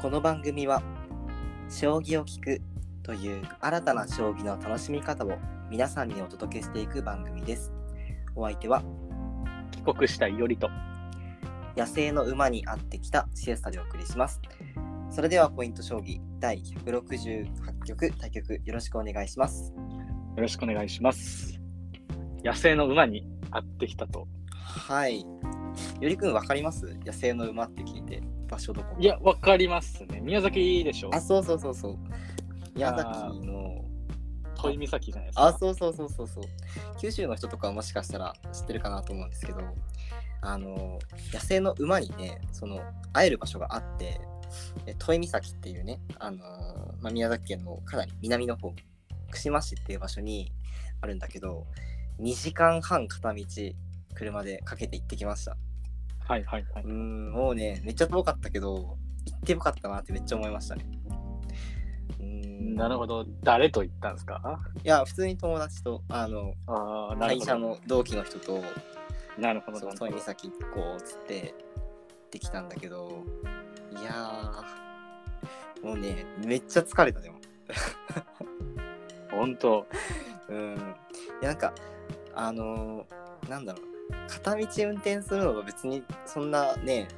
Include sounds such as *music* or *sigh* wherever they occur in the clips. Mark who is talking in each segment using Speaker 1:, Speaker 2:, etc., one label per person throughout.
Speaker 1: この番組は「将棋を聞く」という新たな将棋の楽しみ方を皆さんにお届けしていく番組ですお相手は
Speaker 2: 帰国したいよりと。
Speaker 1: 野生の馬に会ってきたシエスタでお送りしますそれではポイント将棋第168局対局よろしくお願いします
Speaker 2: よろしくお願いします。野生の馬に会ってきたと。
Speaker 1: はいよりくんわかります野生の馬って聞いて場所どこ
Speaker 2: いや、わかりますね。宮崎でしょ
Speaker 1: あそうそうそうそう宮崎の
Speaker 2: 小井岬じゃないですか。
Speaker 1: あそうそうそうそうそう九州の人とかはもしかしたら知ってるかなと思うんですけどあの野生の馬にねその会える場所があってえ都井岬っていうね、あのーまあ、宮崎県のかなり南の方串間市っていう場所にあるんだけど2時間半片道車でかけて行ってきました
Speaker 2: はいはいはいう
Speaker 1: ー。んもうねめっちゃ遠かったけど行ってよかったなってめっちゃ思いましたねうーん
Speaker 2: なるほど。誰と行ったんですか
Speaker 1: いや普通に友達とあの
Speaker 2: ああ、なる
Speaker 1: 会
Speaker 2: ほ
Speaker 1: 社
Speaker 2: ど。
Speaker 1: の同期の人と
Speaker 2: なるほど。
Speaker 1: そ
Speaker 2: な
Speaker 1: う
Speaker 2: る
Speaker 1: 遠
Speaker 2: ほ
Speaker 1: い
Speaker 2: ど
Speaker 1: 岬行こうっつってできたんだけどいやーもうねめっちゃ疲れたでも
Speaker 2: 本当。
Speaker 1: うんいやなんかあのーなんだろう片道運転するのは別にそんなね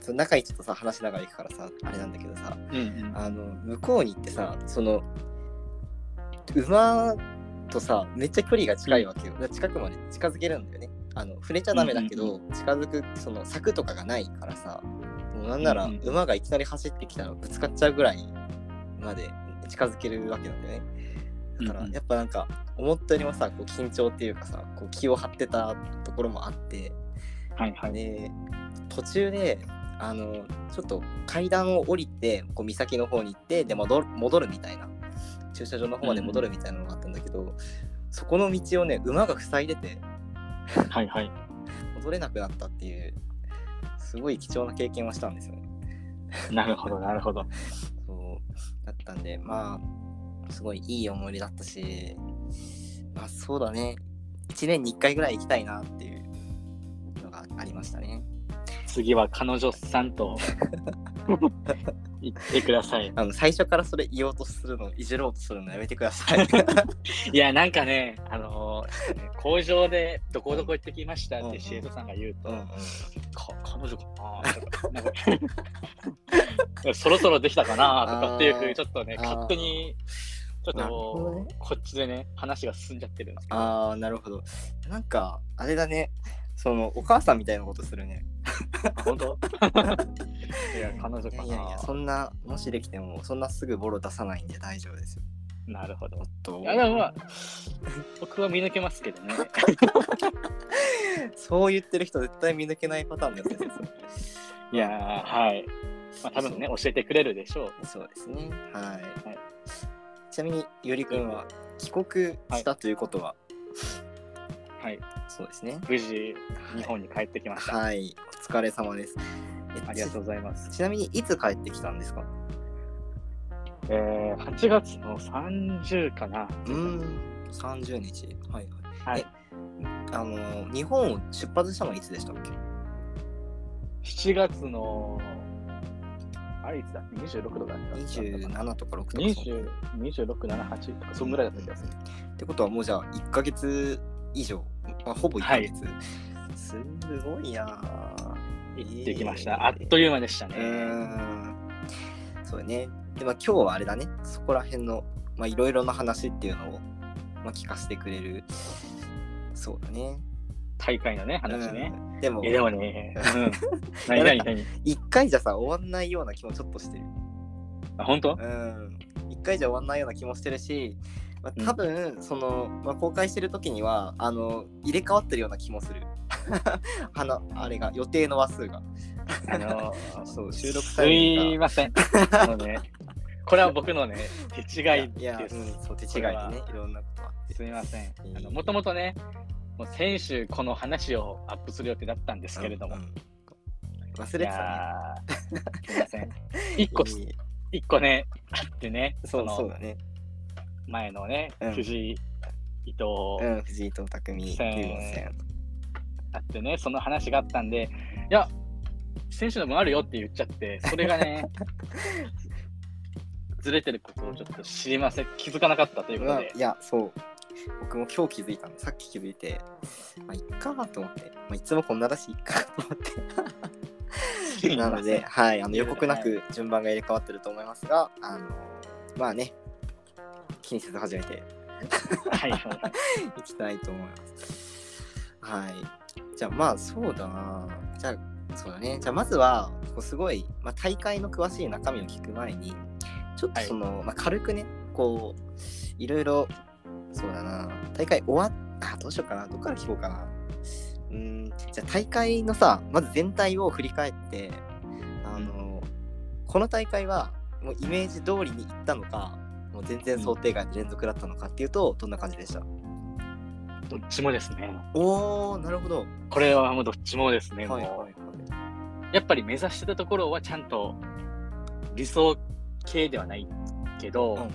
Speaker 1: その仲いい人とさ話しながら行くからさあれなんだけどさ
Speaker 2: うんうん。
Speaker 1: あの向こうに行ってさその馬とさめっちゃ距離が近いわけよだから近くまで近づけるんだよねあの触れちゃダメだけど、近づくその柵とかがないからさもうなんなら
Speaker 2: うんうん
Speaker 1: 馬がいきなり走ってきたらぶつかっちゃうぐらいまで近づけるわけなんだよねだから
Speaker 2: うんうん
Speaker 1: やっぱなんか思ったよりもさこう緊張っていうかさこう気を張ってたところもあって
Speaker 2: はいはい。
Speaker 1: で途中であのちょっと階段を降りてこう岬の方に行ってで戻る戻るみたいな駐車場の方まで戻るみたいなのがあったんだけど、そこの道をね馬が塞いでて
Speaker 2: はいはい。
Speaker 1: 戻れなくなったっていうすごい貴重な経験をしたんですよね。
Speaker 2: なるほど、なるほど。
Speaker 1: そうだったんでまあすごいいい思い出だったしまあそうだね1年に1回ぐらい行きたいなっていうのがありましたね。
Speaker 2: 次は彼女さんと行ってください。
Speaker 1: あの最初からそれ言おうとするのいじろうとするのやめてくださ *laughs* い。
Speaker 2: いや、なんかね、あのー工場でどこどこ行ってきましたってシエトさんが言うと、か彼女かなとかなんかそろそろできたかなとかっていうふうにちょっとね
Speaker 1: あー
Speaker 2: 勝手にちょっ
Speaker 1: なるほど
Speaker 2: と
Speaker 1: ね
Speaker 2: こっちでね話が進んじゃってるんですけど
Speaker 1: ああなるほど。なんかあれだねそのお母さんみたいなことするね。
Speaker 2: 本当 *laughs* いや彼女
Speaker 1: い
Speaker 2: か
Speaker 1: や
Speaker 2: ない
Speaker 1: やいやそんなもしできてもそんなすぐボロ出さないんで大丈夫ですよ。
Speaker 2: なるほど
Speaker 1: おっと
Speaker 2: いやでもまあ僕は見抜けますけど
Speaker 1: *laughs*
Speaker 2: ね
Speaker 1: そう言ってる人絶対見抜けないパターンのやつですよ。
Speaker 2: いやーはい、まあ、多分ね教えてくれるでしょ
Speaker 1: *laughs*
Speaker 2: う
Speaker 1: そうですね。はい。
Speaker 2: はい
Speaker 1: ちなみによりくんは帰国したということは、
Speaker 2: はい
Speaker 1: そうですね。
Speaker 2: 無事日本に帰ってきました、
Speaker 1: はい。お疲れ様です。え
Speaker 2: ありがとうございます
Speaker 1: ちなみにいつ帰ってきたんですか
Speaker 2: えー、8月の30かな
Speaker 1: うーん、30日。はいは。
Speaker 2: はいい
Speaker 1: えあのー、日本を出発したのはいつでしたっけ
Speaker 2: 7月のあれいつだっけ26度だったっけ
Speaker 1: ?27 とか6とか
Speaker 2: 20 26、7、8とか、そんぐらいだった気がする。
Speaker 1: ってことはもうじゃあ1ヶ月以上、まあ、ほぼ1ヶ月。すごいなあ
Speaker 2: 行ってきまし
Speaker 1: えー
Speaker 2: た。あっという間でした
Speaker 1: う
Speaker 2: ね。
Speaker 1: ーん。そうだね。で、まあ今日はあれだね。そこら辺の、まあいろいろな話っていうのを、まあ、聞かせてくれる。そうだね。
Speaker 2: 大会のね、話ね。
Speaker 1: うん。でも
Speaker 2: え、、でもね、うん。
Speaker 1: いや
Speaker 2: 何、何、
Speaker 1: *laughs*
Speaker 2: 何。
Speaker 1: 1回じゃさ、終わんないような気もちょっとしてる。
Speaker 2: あ、本当
Speaker 1: うん、1回じゃ終わんないような気もしてるし、ま
Speaker 2: う
Speaker 1: あ、
Speaker 2: ん
Speaker 1: 多分その、まあ、公開してる時にはあの入れ替わってるような気もする *laughs* あのあれが予定の話数が
Speaker 2: あのー、
Speaker 1: そう収録
Speaker 2: す
Speaker 1: タイミン
Speaker 2: い
Speaker 1: グ
Speaker 2: ません。あのね、これは僕のね、手
Speaker 1: が
Speaker 2: 違い
Speaker 1: や
Speaker 2: で
Speaker 1: うん、
Speaker 2: す。
Speaker 1: そう手違いでねいろんなことあって
Speaker 2: すみません
Speaker 1: いい。
Speaker 2: あの、もともとね、もう先週この話をアップする予定だったんですけれども
Speaker 1: うん。うん忘れて
Speaker 2: い
Speaker 1: たね
Speaker 2: やーすみま
Speaker 1: *laughs*
Speaker 2: せん。一個、
Speaker 1: いい
Speaker 2: 一個ね、あってね、
Speaker 1: そ
Speaker 2: そうの
Speaker 1: そうだね
Speaker 2: 前のね、
Speaker 1: うん
Speaker 2: 藤井、伊藤
Speaker 1: うん藤井と匠竜王戦
Speaker 2: あってね、その話があったんで、いや、選手のもあるよって言っちゃって、それが
Speaker 1: *laughs*
Speaker 2: ね、ずれてることをちょっと知りません、気づかなかったという
Speaker 1: う
Speaker 2: こと
Speaker 1: わ
Speaker 2: で
Speaker 1: い、やそう僕も今日気づいたのさっき気づいてまあいっかと思って、まあ、いつもこんなだしいっかと思ってなので、はい、あの予告なく順番が入れ替わってると思いますがあのまあね気にせず始めて
Speaker 2: は
Speaker 1: *laughs*
Speaker 2: い、
Speaker 1: いきたいと思います。はい。じゃあまあそうだな。じゃあそうだね。じゃあまずはこうすごい、まあ、大会の詳しい中身を聞く前にちょっとその、まあ、軽くねこういろいろそうだな大会終わっあどうしようかなどこから聞こうかな。うーんじゃあ大会のさまず全体を振り返ってあの、この大会はもうイメージ通りにいったのかもう全然想定外の連続だったのかっていうと、どんな感じでした
Speaker 2: どっちもですね、
Speaker 1: おおなるほど。
Speaker 2: これはもうどっちもですね、
Speaker 1: はいはい
Speaker 2: も
Speaker 1: はいう
Speaker 2: やっぱり目指してたところはちゃんと理想系ではないけど、
Speaker 1: うん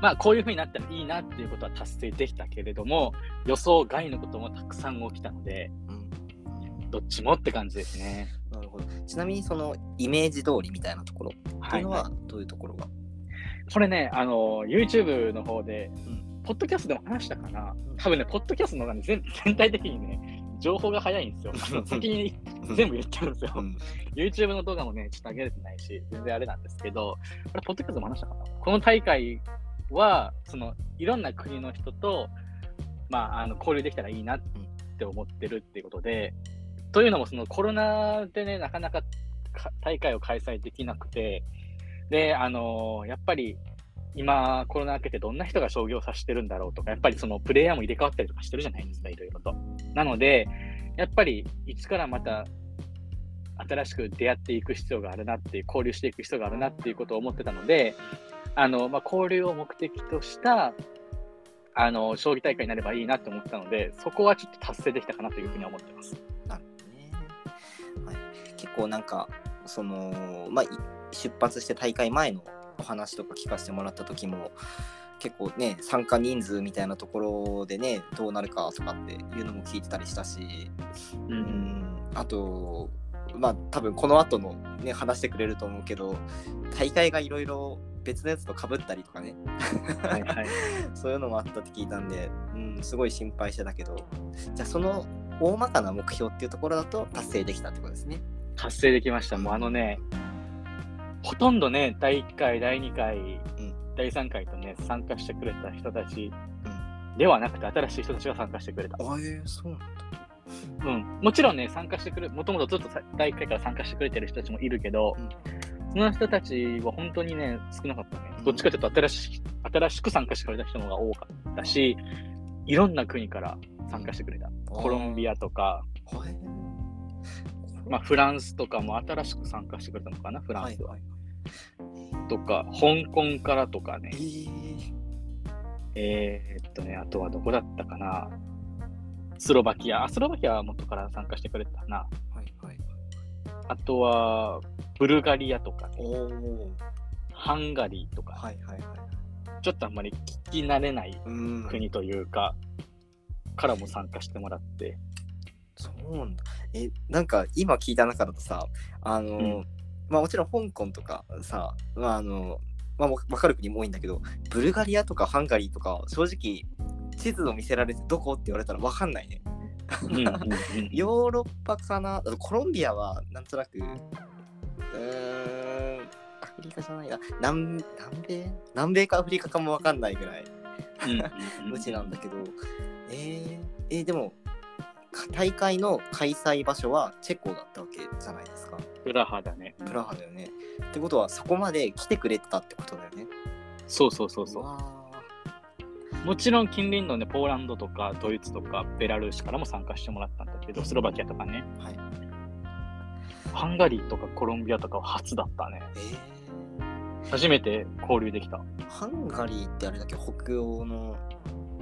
Speaker 2: まあこういう風になったらいいなっていうことは達成できたけれども、予想外のこともたくさん起きたので、
Speaker 1: うん
Speaker 2: どっちもって感じですね。
Speaker 1: なるほどちなみにそのイメージ通りみたいなところって
Speaker 2: はいいう
Speaker 1: のはどういうところが、
Speaker 2: これね、あの、YouTube の方で、
Speaker 1: ん
Speaker 2: ポッドキャストでも話したかな
Speaker 1: うん。
Speaker 2: 多分ね、ポッドキャストの方がね、全全体的にね、情報が早いん
Speaker 1: *laughs*
Speaker 2: ですよ。あの先に全部言ってるんですよ。
Speaker 1: うん
Speaker 2: YouTube の動画もね、ちょっと上げれてないし、全然あれなんですけど、これ、ポッドキャストでも話したかな。この大会は、その、いろんな国の人と、まあ、あの交流できたらいいなって思ってるっていうことで、というのも、そのコロナでね、なかなかか大会を開催できなくて、で、あのやっぱり、今、コロナ明けてどんな人が将棋を指してるんだろうとか、やっぱりそのプレイヤーも入れ替わったりとかしてるじゃないですか、いろいろと。なので、やっぱり一からまた新しく出会っていく必要があるなっていう、交流していく必要があるなっていうことを思ってたので、あのまあ、交流を目的としたあの将棋大会になればいいなと思ったので、そこはちょっと達成できたかなというふうに思ってます。
Speaker 1: なるほどね、はい、結構なんかそのまあい出発して大会前のお話とか聞かせてもらった時も結構ね参加人数みたいなところでねどうなるかとかっていうのも聞いてたりしたし
Speaker 2: う
Speaker 1: う、んあとまあ多分この後のね話してくれると思うけど大会がいろいろ別のやつとかぶったりとかね
Speaker 2: は
Speaker 1: *laughs*
Speaker 2: いはい。
Speaker 1: そういうのもあったって聞いたんで、うん、すごい心配してたけどじゃあその大まかな目標っていうところだと達成できたってことですね。
Speaker 2: 達成できました。もうあのね、ほとんどね、第1回、第2回、
Speaker 1: ん
Speaker 2: 第3回とね、参加してくれた人たち
Speaker 1: う
Speaker 2: ではなくて、新しい人たちが参加してくれた。
Speaker 1: あえそうなんだ。
Speaker 2: うん、もちろんね、参加してくる、もともとずっとさ第1回から参加してくれてる人たちもいるけど、
Speaker 1: うん
Speaker 2: その人たちは本当にね、少なかったね
Speaker 1: う。ん
Speaker 2: どっちかというと新しく、新しく参加してくれた人の方が多かったし、いろんな国から参加してくれた。コロンビアとか、
Speaker 1: ア。はい。
Speaker 2: まあ、フランスとかも新しく参加してくれたのかな、フラン
Speaker 1: はい
Speaker 2: スは
Speaker 1: はい。
Speaker 2: とか、香港からとかね
Speaker 1: え、ー
Speaker 2: えーっとね、あとはどこだったかな。スロバキア、あスロバキアは元から参加してくれたな。
Speaker 1: はいはい。
Speaker 2: あとは、ブルガリアとかね、
Speaker 1: おお。
Speaker 2: ハンガリーとか、
Speaker 1: はいはいはい。
Speaker 2: ちょっとあんまり聞き慣れない
Speaker 1: うん。
Speaker 2: 国というか、からも参加しても
Speaker 1: *laughs*
Speaker 2: らって、
Speaker 1: そうなんだ。え、なんか今聞いた中だとさ、あの、
Speaker 2: うん
Speaker 1: まあもちろん香港とかさ、まああの、まあわわかる国も多いんだけど、ブルガリアとかハンガリーとか、正直、地図を見せられてどこって言われたらわかんないね。
Speaker 2: うんうんうん
Speaker 1: ヨーロッパかな、あとコロンビアはなんとなく、うーん、アフリカじゃないな、南南米南米かアフリカかもわかんないぐらい。
Speaker 2: うんうん
Speaker 1: 無知なんだけど、えーえーでもか大会の開催場所はチェコだったわけじゃないですか
Speaker 2: プラハだね。
Speaker 1: プラハだよね、ってことはそこまで来てくれてたってことだよね
Speaker 2: そうそうそうそう。
Speaker 1: わ
Speaker 2: もちろん近隣のね、ポーランドとかドイツとかベラルーシからも参加してもらったんだけど、スロバキアとかね、
Speaker 1: ーはい
Speaker 2: ハンガリーとかコロンビアとかは初だったね。
Speaker 1: え
Speaker 2: 初めて交流できた。
Speaker 1: ー、ハンガリーってあれだっけ北欧の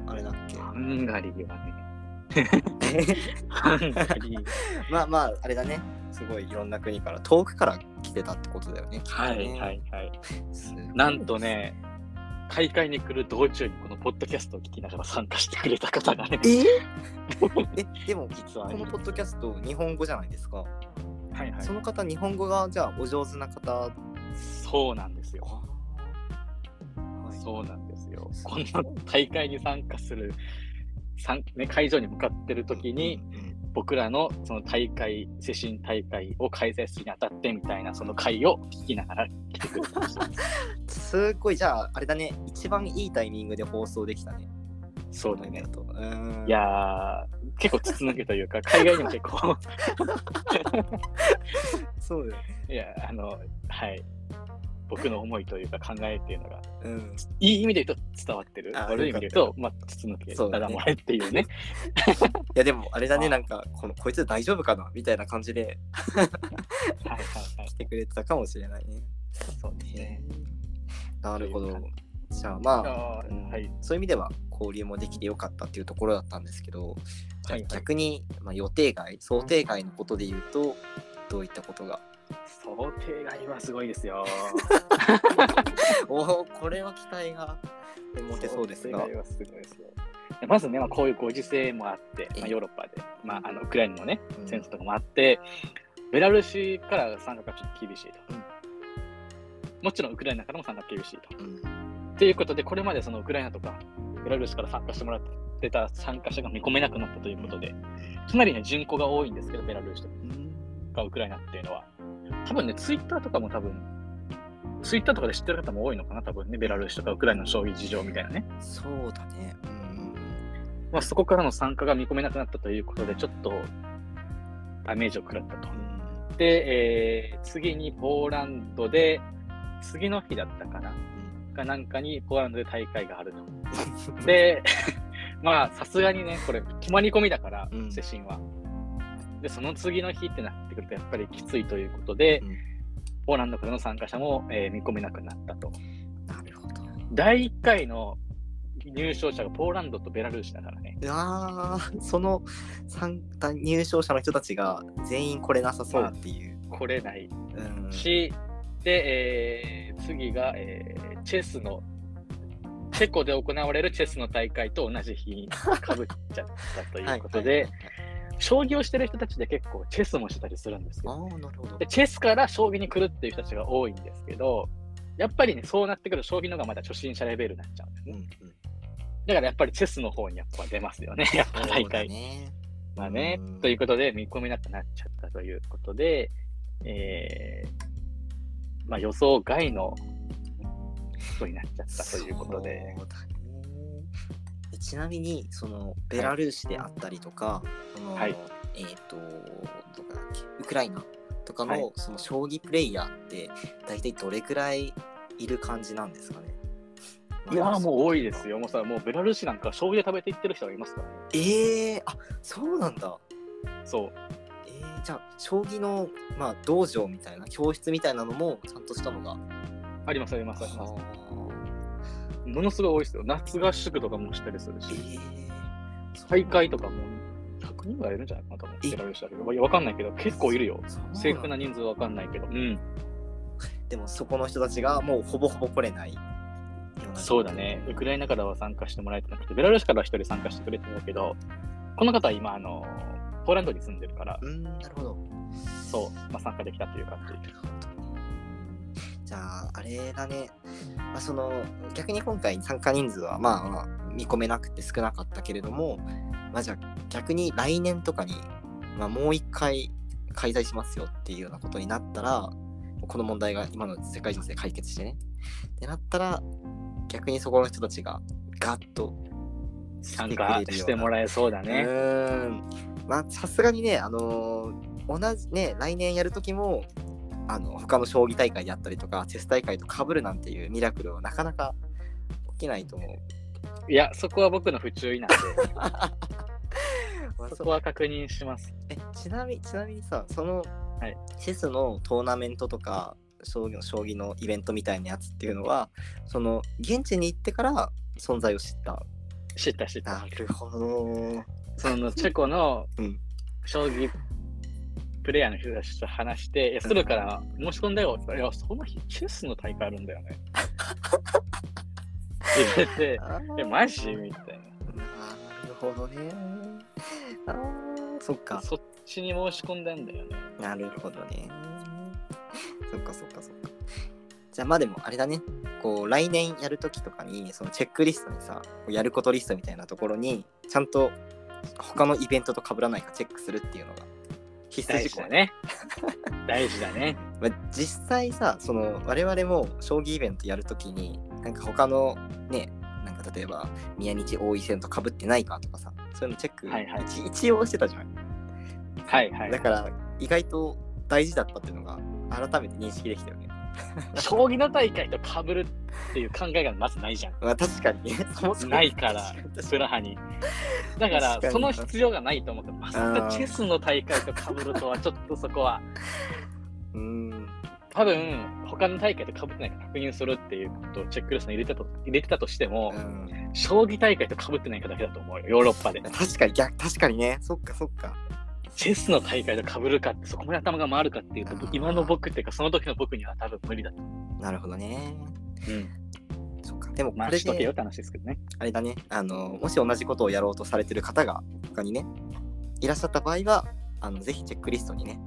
Speaker 1: あれだっけ
Speaker 2: ハンガリーはね、ハンガリー。
Speaker 1: *laughs* まあまああれだねすごいいろんな国から遠くから来てたってことだよねきっとね
Speaker 2: はいはいはい。
Speaker 1: すごい
Speaker 2: なんとね、大会に来る道中にこのポッドキャストを聞きながら参加してくれた方 *laughs* がね、
Speaker 1: えーえでも
Speaker 2: 実は
Speaker 1: こ
Speaker 2: いる
Speaker 1: のポッドキャスト日本語じゃないですか
Speaker 2: はいはい
Speaker 1: その方日本語がじゃあお上手な方、は
Speaker 2: そうなんですよ。
Speaker 1: い
Speaker 2: そうなんですよ。
Speaker 1: す
Speaker 2: こ
Speaker 1: ごい
Speaker 2: の大会に参加する、参ね、会場に向かってる時に、
Speaker 1: うんうん
Speaker 2: 僕らのその大会、精神大会を開催するにあたってみたいな、その会を聞きながら来てくれてました。
Speaker 1: すっごいじゃああれだね一番いいタイミングで放送できたね
Speaker 2: そう
Speaker 1: こ
Speaker 2: だ
Speaker 1: れ
Speaker 2: ね
Speaker 1: だ。とうーん
Speaker 2: いやー、結構筒抜けというか、海外にも結構、
Speaker 1: *laughs* そうだよね
Speaker 2: いや、あの、はい。僕の思いというか考えっていうのが、
Speaker 1: うん
Speaker 2: いい意味で言うと伝わってる。
Speaker 1: あ
Speaker 2: 悪い意味で言う
Speaker 1: よ
Speaker 2: と、まあ、筒抜け、
Speaker 1: そう
Speaker 2: た
Speaker 1: だね
Speaker 2: だ漏れっていうね。
Speaker 1: いやでもあれだね
Speaker 2: あ
Speaker 1: なんかこのこいつ大丈夫かなみたいな感じで
Speaker 2: はいはいはい
Speaker 1: 来。てくれてたかもしれないね。
Speaker 2: そうですね。
Speaker 1: なるほ
Speaker 2: そう
Speaker 1: ど
Speaker 2: いう感。
Speaker 1: じゃあま *laughs* あ、
Speaker 2: あー
Speaker 1: うん
Speaker 2: はい。
Speaker 1: そういう意味では交流もできてよかったっていうところだったんですけど、じゃあ
Speaker 2: はいはい
Speaker 1: 逆に、まあ、予定外想定外のことで言うとどういったことが
Speaker 2: 想定外はすごいで
Speaker 1: *laughs*
Speaker 2: すよ。
Speaker 1: おおこれは期待が持てそうですが
Speaker 2: 想定。外はすごいですよ。まずね、まあ、こういうご時世もあって、まあ、ヨーロッパで、まあ、あのウクライナのね、
Speaker 1: うん
Speaker 2: 戦争とかもあって、ベラルーシから参加がちょっと厳しいと。
Speaker 1: うん
Speaker 2: もちろんウクライナからも参加が厳しいと。
Speaker 1: うん
Speaker 2: ということで、これまでそのウクライナとかベラルーシから参加してもらってた参加者が見込めなくなったということで、かなりね、人口が多いんですけど、ベラルーシとかウクライナっていうのは。多分ね、ツイッターとかも多分、ツイッターとかで知ってる方も多いのかな、多分ね、ベラルーシとかウクライナの将棋事情みたいなね。
Speaker 1: そうだね。うん
Speaker 2: まあ、そこからの参加が見込めなくなったということで、ちょっとダメージを食らったと
Speaker 1: う。ん
Speaker 2: で、えー次にポーランドで、次の日だったかな、
Speaker 1: ん
Speaker 2: かなんかにポーランドで大会があると。で、 *laughs* まあ、さすがにね、これ、泊まり込みだから
Speaker 1: う、ん
Speaker 2: 世信は。で、その次の日ってなってくると、やっぱりきついということで、
Speaker 1: うん
Speaker 2: ポーランドからの参加者も、えー見込めなくなったと。
Speaker 1: なるほど。
Speaker 2: 第1回の入賞者がポーランドとベラルーシだからね。
Speaker 1: あーその参加入賞者の人たちが全員来れなさそうっていう。
Speaker 2: 来れない
Speaker 1: うん
Speaker 2: し、で、えー次が、えーチェスの、チェコで行われるチェスの大会と同じ日にかぶっちゃったということで、
Speaker 1: はいはい
Speaker 2: 将棋をしてる人たちで結構チェスもしてたりするんです
Speaker 1: あ
Speaker 2: よ。
Speaker 1: あ、なるほど
Speaker 2: で、。チェスから将棋に来るっていう人たちが多いんですけど、やっぱりね、そうなってくると将棋の方がまだ初心者レベルになっちゃうんです
Speaker 1: うん
Speaker 2: ね。
Speaker 1: うん
Speaker 2: だからやっぱりチェスの方にやっぱ出ますよね、やっぱ大会。
Speaker 1: ね。
Speaker 2: まあね
Speaker 1: うん、
Speaker 2: ということで、見込みなくなっちゃったということで、えーまあ、予想外のことになっちゃったということで、
Speaker 1: そうだねでちなみにそのベラルーシであったりとか、その
Speaker 2: はい
Speaker 1: えっ、とどこだっけウクライナとかの、
Speaker 2: はい
Speaker 1: その将棋プレイヤーって大体どれくらいいる感じなんですかね。
Speaker 2: いやーもう多いですよ、もうさ、もうベラルーシなんか、醤油で食べていってる人がいますからね。
Speaker 1: ええー、あそうなんだ。
Speaker 2: そう
Speaker 1: えー、じゃあ将棋のまあ道場みたいな教室みたいなのもちゃんとしたのが。
Speaker 2: ありますありますあります
Speaker 1: は
Speaker 2: ものすごい多いですよ夏合宿とかもしたりする
Speaker 1: あ
Speaker 2: し
Speaker 1: えー、
Speaker 2: 大会とかも100人ぐらいいるんじゃないかな多分
Speaker 1: え
Speaker 2: ベラルーシだけどいやわかんないけど結構いるよ
Speaker 1: そうなんだ
Speaker 2: 正確な人数はわかんないけどうん
Speaker 1: でもそこの人たちがもうほぼほぼ来れないような
Speaker 2: そうだね、ウクライナからは参加してもらえてなくて、ベラルーシからは1人参加してくれてるんだけど、この方は今、あのポーランドに住んでるから、
Speaker 1: うんなるほど
Speaker 2: そう、まあ、参加できたというかっていう
Speaker 1: じゃああれだね、まあ、その逆に今回参加人数はまあまあ見込めなくて少なかったけれどもまあじゃあ逆に来年とかに、まあ、もう一回開催しますよっていうようなことになったらこの問題が今の世界情勢解決してねってなったら逆にそこの人たちがガッと
Speaker 2: 参加してもらえそうだ
Speaker 1: う
Speaker 2: ね。
Speaker 1: ーん。まあさすがにね、あのー同じね、来年やるときも、あの他の将棋大会であったりとか、チェス大会とかぶるなんていうミラクルはなかなか起きないと思う。
Speaker 2: いや、そこは僕の不注 *laughs* 意なんで、
Speaker 1: まあ
Speaker 2: そ
Speaker 1: そ
Speaker 2: こは確認します。
Speaker 1: えちなみに、ちなみにさ、その、
Speaker 2: はい
Speaker 1: チェスのトーナメントとか、将棋の将棋のイベントみたいなやつっていうのは、その現地に行ってから存在を知った。
Speaker 2: 知った知った。
Speaker 1: るほど。
Speaker 2: そのチェコの
Speaker 1: うん
Speaker 2: 将棋プレイヤーの人たちと話して、いやするから申し込んだよって言ったら、いや、その日、チェスの大会あるんだよね。って言われて、え、マジみたいな。
Speaker 1: なるほどね。あーそっか
Speaker 2: そっちに申し込んだんだよね。
Speaker 1: なるほどねそっかそっかそっかじゃあまあでもあれだねこう来年やるときとかにそのチェックリストにさこうやることリストみたいなところにちゃんと他のイベントと被らないかチェックするっていうのが必須
Speaker 2: 大
Speaker 1: 事
Speaker 2: 事
Speaker 1: 項
Speaker 2: だね。大事だね。
Speaker 1: まあ、実際さその我々も将棋イベントやるときになんか他のねなんか例えば宮日王位戦とかぶってないかとかさそういうのチェック、
Speaker 2: はいはい
Speaker 1: 一一応してたじゃん、
Speaker 2: はいはい
Speaker 1: だ。から意外と大事だったっていうのが改めて認識できたよね、
Speaker 2: 将棋の大会と被るっていう考えがまずないじゃん。
Speaker 1: まあ、確かにね *laughs* そもそも
Speaker 2: ないから
Speaker 1: 確に
Speaker 2: プラハに。だ
Speaker 1: 確か
Speaker 2: か
Speaker 1: らに
Speaker 2: その必要がないと思ってまさかチェスの大会と被るとはちょっとそこは
Speaker 1: うーん
Speaker 2: 多分他の大会と被ってないか確認するっていうことをチェックリストに入れてたと入れてたとしても、
Speaker 1: うん
Speaker 2: 将棋大会と被ってないかだけだと思うよヨーロッパで
Speaker 1: 確かに逆確かにねそっかそっか
Speaker 2: チェスの大会と被るかってそこまで頭が回るかっていうと
Speaker 1: うん
Speaker 2: 今の僕っていうかその時の僕には多分無理だと思
Speaker 1: なるほどね
Speaker 2: う、うん、
Speaker 1: そっかでもこ
Speaker 2: まあ
Speaker 1: れ
Speaker 2: しとけよっ
Speaker 1: で
Speaker 2: て話ですけどね
Speaker 1: あれだねあのもし同じことをやろうとされてる方が他にねいらっしゃった場合はあのぜひチェックリストにね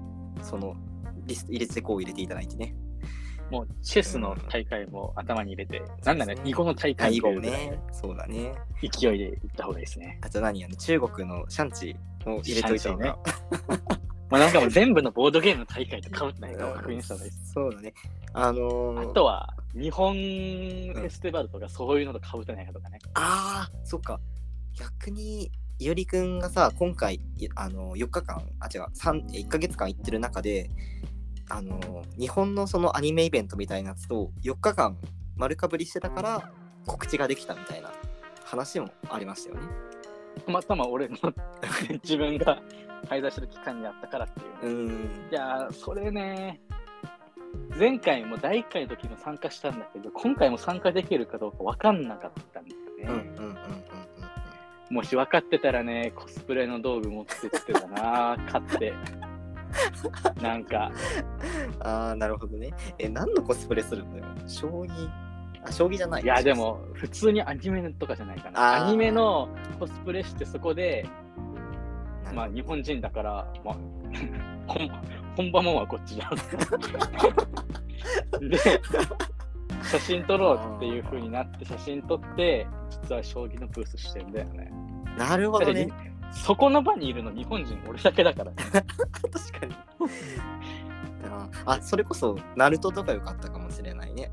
Speaker 1: そのリスト入れてこう入れていただいてね
Speaker 2: もうチェスの大会も頭に入れて、なんなら囲碁の大
Speaker 1: 最
Speaker 2: 会って
Speaker 1: 後
Speaker 2: い
Speaker 1: も
Speaker 2: うぐらい
Speaker 1: ねそうだね
Speaker 2: 勢いでいった方がいいですね
Speaker 1: あと何あの中国のシャンチを入れといた方が
Speaker 2: シャンまあなんかもう全部のボードゲームの大会と被ってないかを確認した方がいいです。
Speaker 1: そうだねあの
Speaker 2: あ
Speaker 1: ー、
Speaker 2: とは、日本フェスティバルとかそういうのと被ってないかとかね。
Speaker 1: あーそっか逆にいおりくんがさ今回いあの4日間あ違う3 1ヶ月間行ってる中であの日本のそのアニメイベントみたいなやつと4日間丸かぶりしてたから告知ができたみたいな話もありましたよね。
Speaker 2: たまたま俺の *laughs* 自分が滞在してる期間にあったからっていう
Speaker 1: う
Speaker 2: ね。
Speaker 1: ーん
Speaker 2: いやー、それね、前回も第1回の時も参加したんだけど、今回も参加できるかどうか分かんなかったんだ
Speaker 1: うん
Speaker 2: よ
Speaker 1: うんうん
Speaker 2: ね。
Speaker 1: うんうん
Speaker 2: もし分かってたらね、コスプレの道具持ってってたな、
Speaker 1: *laughs*
Speaker 2: 買って。なんか、
Speaker 1: うんああなるほどね。え何のコスプレするのよ将棋あ将棋じゃない
Speaker 2: いやでも普通にアニメとかじゃないか
Speaker 1: あ
Speaker 2: な
Speaker 1: ー
Speaker 2: アニメのコスプレしてそこでま
Speaker 1: な
Speaker 2: あ
Speaker 1: る
Speaker 2: 日本人だからまあ *laughs* 本本場もんはこっちじゃんで写真撮ろうっていう風になって写真撮って実は将棋のブースしてんだよね
Speaker 1: ほどなるほどね。
Speaker 2: だってそこの場にいるの日本人俺だけだからね、
Speaker 1: 確かに。あーあそれこそナルトとか良かったかもしれないね。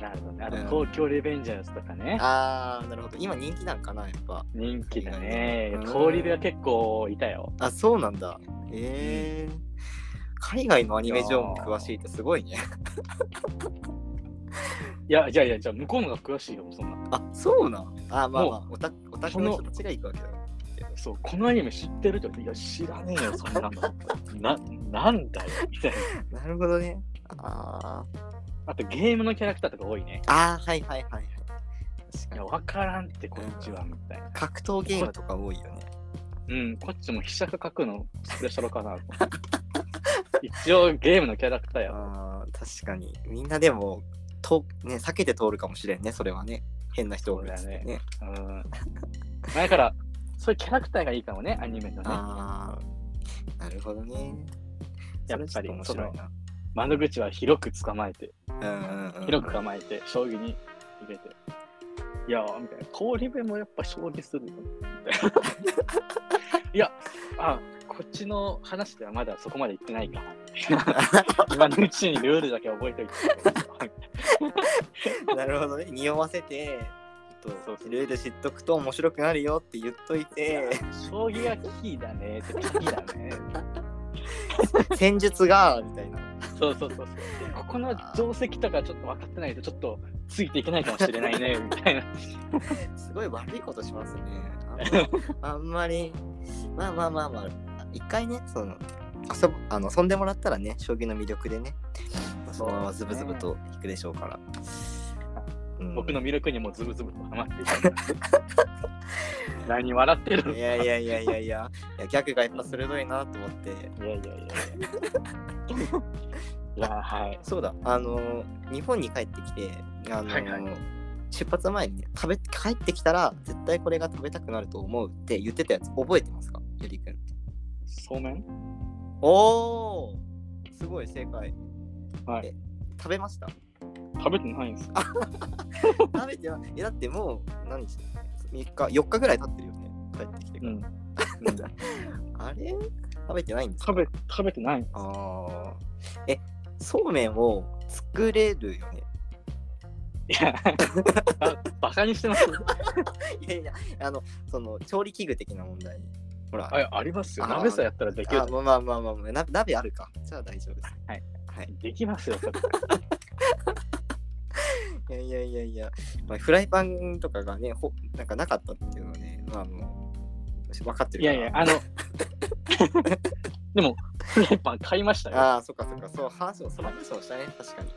Speaker 2: なるほどねあ
Speaker 1: うん
Speaker 2: の東京リベンジャーズとかね
Speaker 1: ああなるほど今人気なんかなやっぱ。
Speaker 2: 人気だね
Speaker 1: うん
Speaker 2: 通り部は結構いたよ
Speaker 1: あそうなんだ。えー海外のアニメ情報詳しいってすごいね。
Speaker 2: いやいやいやじゃあ向こうのが詳しいよそんな
Speaker 1: あそうなん。あまあまあ
Speaker 2: も
Speaker 1: オタクオタクの人たちが行くわけだ。
Speaker 2: そう、このアニメ知ってるって言われていや、知らねえよ、そんなの。 *laughs* な、なんだよ、みたいな。
Speaker 1: なるほどね。あー
Speaker 2: あと、ゲームのキャラクターとか多いね。
Speaker 1: あーはいはいはいはい。確
Speaker 2: い
Speaker 1: か
Speaker 2: や、
Speaker 1: に
Speaker 2: わからんって、こっちは、みたいな。
Speaker 1: 格闘ゲームとか多いよね。
Speaker 2: うん、こっちも飛車書くの、失礼したろか *laughs* な。一応、ゲームのキャラクターや。
Speaker 1: あー確かにみんなでもとね避けて通るかもしれんねそれはね変な人を
Speaker 2: そうだよ
Speaker 1: ね。
Speaker 2: うん。前から、そういうキャラクターがいいかもね、アニメのね。
Speaker 1: ああ、なるほどね。
Speaker 2: やっぱり
Speaker 1: それはちょっと面白いな。
Speaker 2: 窓口は広く捕まえて、
Speaker 1: うんうんうん、
Speaker 2: 広く構えて、将棋に入れて。いやー、みたいな。氷部もやっぱ将棋するよ。みたいないや、あ、こっちの話ではまだそこまで行ってないか。今のうちにルールだけ覚えておいて。
Speaker 1: *laughs* なるほどね。匂わせて、ちょっと
Speaker 2: そうそう
Speaker 1: ルール知っとくと面白くなるよって言っといて、
Speaker 2: 将棋がキーだねってキーだね。
Speaker 1: 戦術が、みたいな。
Speaker 2: そうそうそうそう。ここの定石とかちょっと分かってないと、ちょっとついていけないかもしれないね、みたいな。
Speaker 1: すごい悪いことしますね。
Speaker 2: *laughs*
Speaker 1: あんまあんまり、まあまあまあまあ、一回ね、その、遊ぶあの遊んでもらったらね、将棋の魅力でね、そのままズブズブと引くでしょうから。うん
Speaker 2: 僕の魅力にもズブズブとハマっていた。何笑ってるの
Speaker 1: いやいやいやいやいや、いや逆がやっぱ鋭いなと思って。
Speaker 2: いやいやいやいや。いや、はい。
Speaker 1: そうだ、あのー、日本に帰ってきて、あのー、
Speaker 2: はいは
Speaker 1: 出発前にね、食べ帰ってきたら絶対これが食べたくなると思うって言ってたやつ覚えてますかゆりくん。
Speaker 2: そうめん
Speaker 1: おおすごい正解。
Speaker 2: はい
Speaker 1: え食べました
Speaker 2: 食べてないんですよ。
Speaker 1: 食べてはえだってもう何日 ?3 日、4日ぐらい経ってるよね。帰ってきて
Speaker 2: う
Speaker 1: から。
Speaker 2: ん。
Speaker 1: あれ食べてないんですか
Speaker 2: 食べ、食べてない。
Speaker 1: ああ。え、そうめんを作れるよね。 *laughs*
Speaker 2: いや、ばバカにしてます。
Speaker 1: いやいや、あの、その、調理器具的な問題に。ほら、
Speaker 2: あありますよ。
Speaker 1: あー
Speaker 2: 鍋さえやったらできる
Speaker 1: あ。まあまあまあまあ、な鍋あるか。じゃあ大丈夫です。
Speaker 2: はい。
Speaker 1: はい。
Speaker 2: できますよ。それ
Speaker 1: いやいやいやいや、まあ、フライパンとかがね、ほなんかなかったっていうのはね、まあもう、分かってる
Speaker 2: い
Speaker 1: か
Speaker 2: や
Speaker 1: ら。
Speaker 2: いや、あの、でも、フライパン買いましたよ。
Speaker 1: ああ、そっかそっか、そう、話を、その話をしたね、確かに。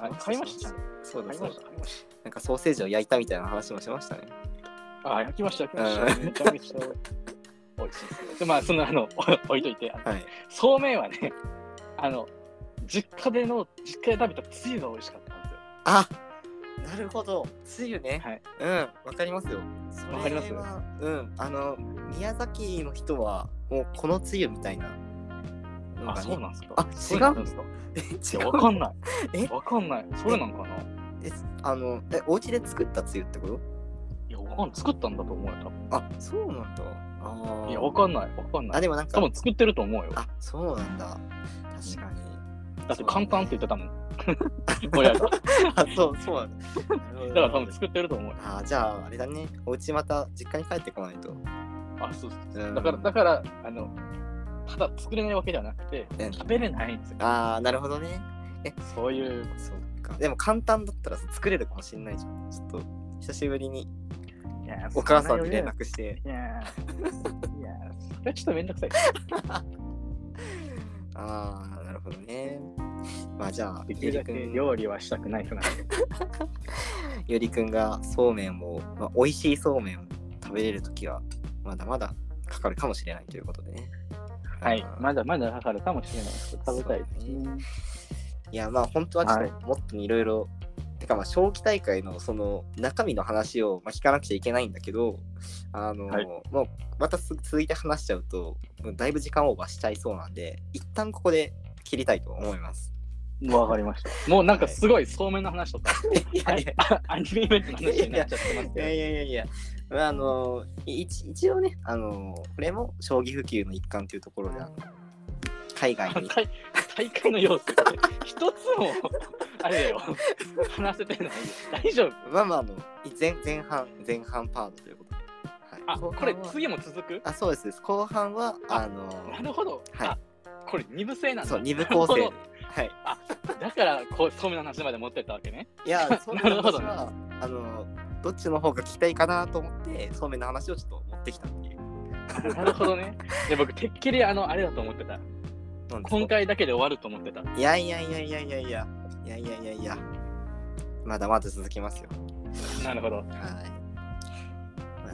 Speaker 2: あ買いました。
Speaker 1: そうだ
Speaker 2: 買い
Speaker 1: そ
Speaker 2: ま
Speaker 1: う
Speaker 2: し
Speaker 1: だ
Speaker 2: た。。買いまし
Speaker 1: なんかソーセージを焼いたみたいな話もしましたね。
Speaker 2: た。あ、焼きました。焼きました。めちゃめちゃ美味しいですよ。で、まあ、その、あの、お置いといて、あの
Speaker 1: はい。
Speaker 2: そうめんはね、あの、実家での、実家で食べたつゆが美味しかったんですよ。
Speaker 1: あなるほど。つゆね。
Speaker 2: はい
Speaker 1: うん、わかりますよ。それは
Speaker 2: わかります
Speaker 1: うん。あの、宮崎の人は、もうこのつゆみたいなのがね。
Speaker 2: あ、そうなんですか。
Speaker 1: あ
Speaker 2: そうなん
Speaker 1: 違う
Speaker 2: ですか。
Speaker 1: え
Speaker 2: い
Speaker 1: 違
Speaker 2: や、
Speaker 1: う
Speaker 2: わかんない
Speaker 1: *laughs* え。
Speaker 2: わかんない。それなんかな。
Speaker 1: えあの、え、お家で作ったつゆってこと
Speaker 2: いや、わかんない。作ったんだと思うよ多分。
Speaker 1: あ、そうなんだ。あー
Speaker 2: いや、わかんない。わかんな
Speaker 1: あ、
Speaker 2: い。
Speaker 1: でもなん
Speaker 2: 多
Speaker 1: か、
Speaker 2: 分作ってると思うよ。
Speaker 1: あ、そうなんだ。確かに。
Speaker 2: だって簡単って言ってたもん。
Speaker 1: *laughs*
Speaker 2: 親が。だか
Speaker 1: あ、そう、そうなんだ。だ
Speaker 2: ら多分作ってると思うよ。
Speaker 1: あーじゃああれだねお家また実家に帰ってこないと、
Speaker 2: あ、そうそうそう
Speaker 1: うん
Speaker 2: だから、だから、あの、ただ作れないわけではなくて、
Speaker 1: うん
Speaker 2: 食べれないんですよ。
Speaker 1: ああなるほどね
Speaker 2: そういう、
Speaker 1: そっかでも簡単だったらさ作れるかもしれないじゃんちょっと久しぶりに
Speaker 2: いや
Speaker 1: お母さんに連。
Speaker 2: そ
Speaker 1: 絡して
Speaker 2: んな余裕いや、いや、それはちょっとめんどくさい。
Speaker 1: ああなるほどねまあじゃあ
Speaker 2: でき
Speaker 1: ゆ
Speaker 2: る
Speaker 1: り
Speaker 2: だ
Speaker 1: く
Speaker 2: け
Speaker 1: ん
Speaker 2: 料理はしたくない人なんで。
Speaker 1: ゆりくんがそうめんを、まあ、美味しいそうめんを食べれる時はまだまだかかるかもしれないということでね
Speaker 2: はい
Speaker 1: あ。ー
Speaker 2: まだまだかかるかもしれないですけど。食べたいですね。
Speaker 1: いやまあ本当はちょっともっといろいろてかまあ将棋大会のその中身の話をまあ聞かなくちゃいけないんだけどあの、
Speaker 2: はい
Speaker 1: もうまたす続いて話しちゃうともうだいぶ時間オーバーしちゃいそうなんで一旦ここで切りたいと思います。
Speaker 2: わかりました。もうなんかすごいそうめんの話とか、
Speaker 1: いやいや
Speaker 2: あアニメイベントの話になっちゃってます
Speaker 1: いや
Speaker 2: け
Speaker 1: いやいやいや、まあ、あのい一一応ねあのこれも将棋普及の一環というところであの海外
Speaker 2: ど
Speaker 1: に
Speaker 2: 大大会の様子って一つもあれだよ話せてないよ大丈夫
Speaker 1: まあまああの前前半前半パートということで。はい
Speaker 2: あ
Speaker 1: 後半
Speaker 2: これ
Speaker 1: は
Speaker 2: 次も続く
Speaker 1: あそうですです後半は
Speaker 2: あ
Speaker 1: あの
Speaker 2: なるほど、
Speaker 1: はい
Speaker 2: あこれ二部制なんだ
Speaker 1: そう二部構成
Speaker 2: な
Speaker 1: で
Speaker 2: るほ
Speaker 1: はい
Speaker 2: どだからこうそうめんの話まで持ってったわ
Speaker 1: *laughs*
Speaker 2: けね
Speaker 1: いやそうめん
Speaker 2: *laughs* な
Speaker 1: の
Speaker 2: るほ
Speaker 1: 話
Speaker 2: どね
Speaker 1: は、あのどっちの方が聞きたいかなと思ってそうめんの話をちょっと持ってきたっていう
Speaker 2: なるほどねで僕てっきりあのあれだと思って
Speaker 1: な
Speaker 2: た
Speaker 1: んです
Speaker 2: 今回だけで終わると思ってた
Speaker 1: いやいやいやいやいやいやいやいやいやいやまだまだ続きますよ
Speaker 2: なるほど
Speaker 1: はい、まあ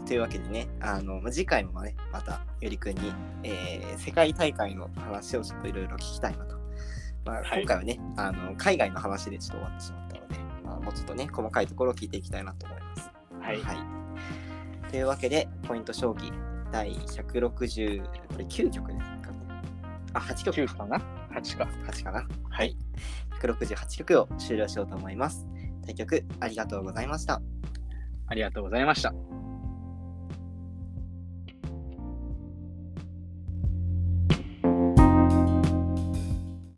Speaker 1: というわけでねあのまあ次回もねまたよりくんに、えー世界大会の話をちょっといろいろ聞きたいなと、まあ、
Speaker 2: はい
Speaker 1: 今回はね、あの海外の話でちょっと終わってしまったので、まあ、もうちょっとね細かいところを聞いていきたいなと思います
Speaker 2: はい
Speaker 1: というわけで、ポイント将棋第160、これ9曲ですかね。あ、8曲
Speaker 2: 9かな8か
Speaker 1: 8かな。
Speaker 2: はい
Speaker 1: 168曲を終了しようと思います。対局ありがとうございました。
Speaker 2: ありがとうございました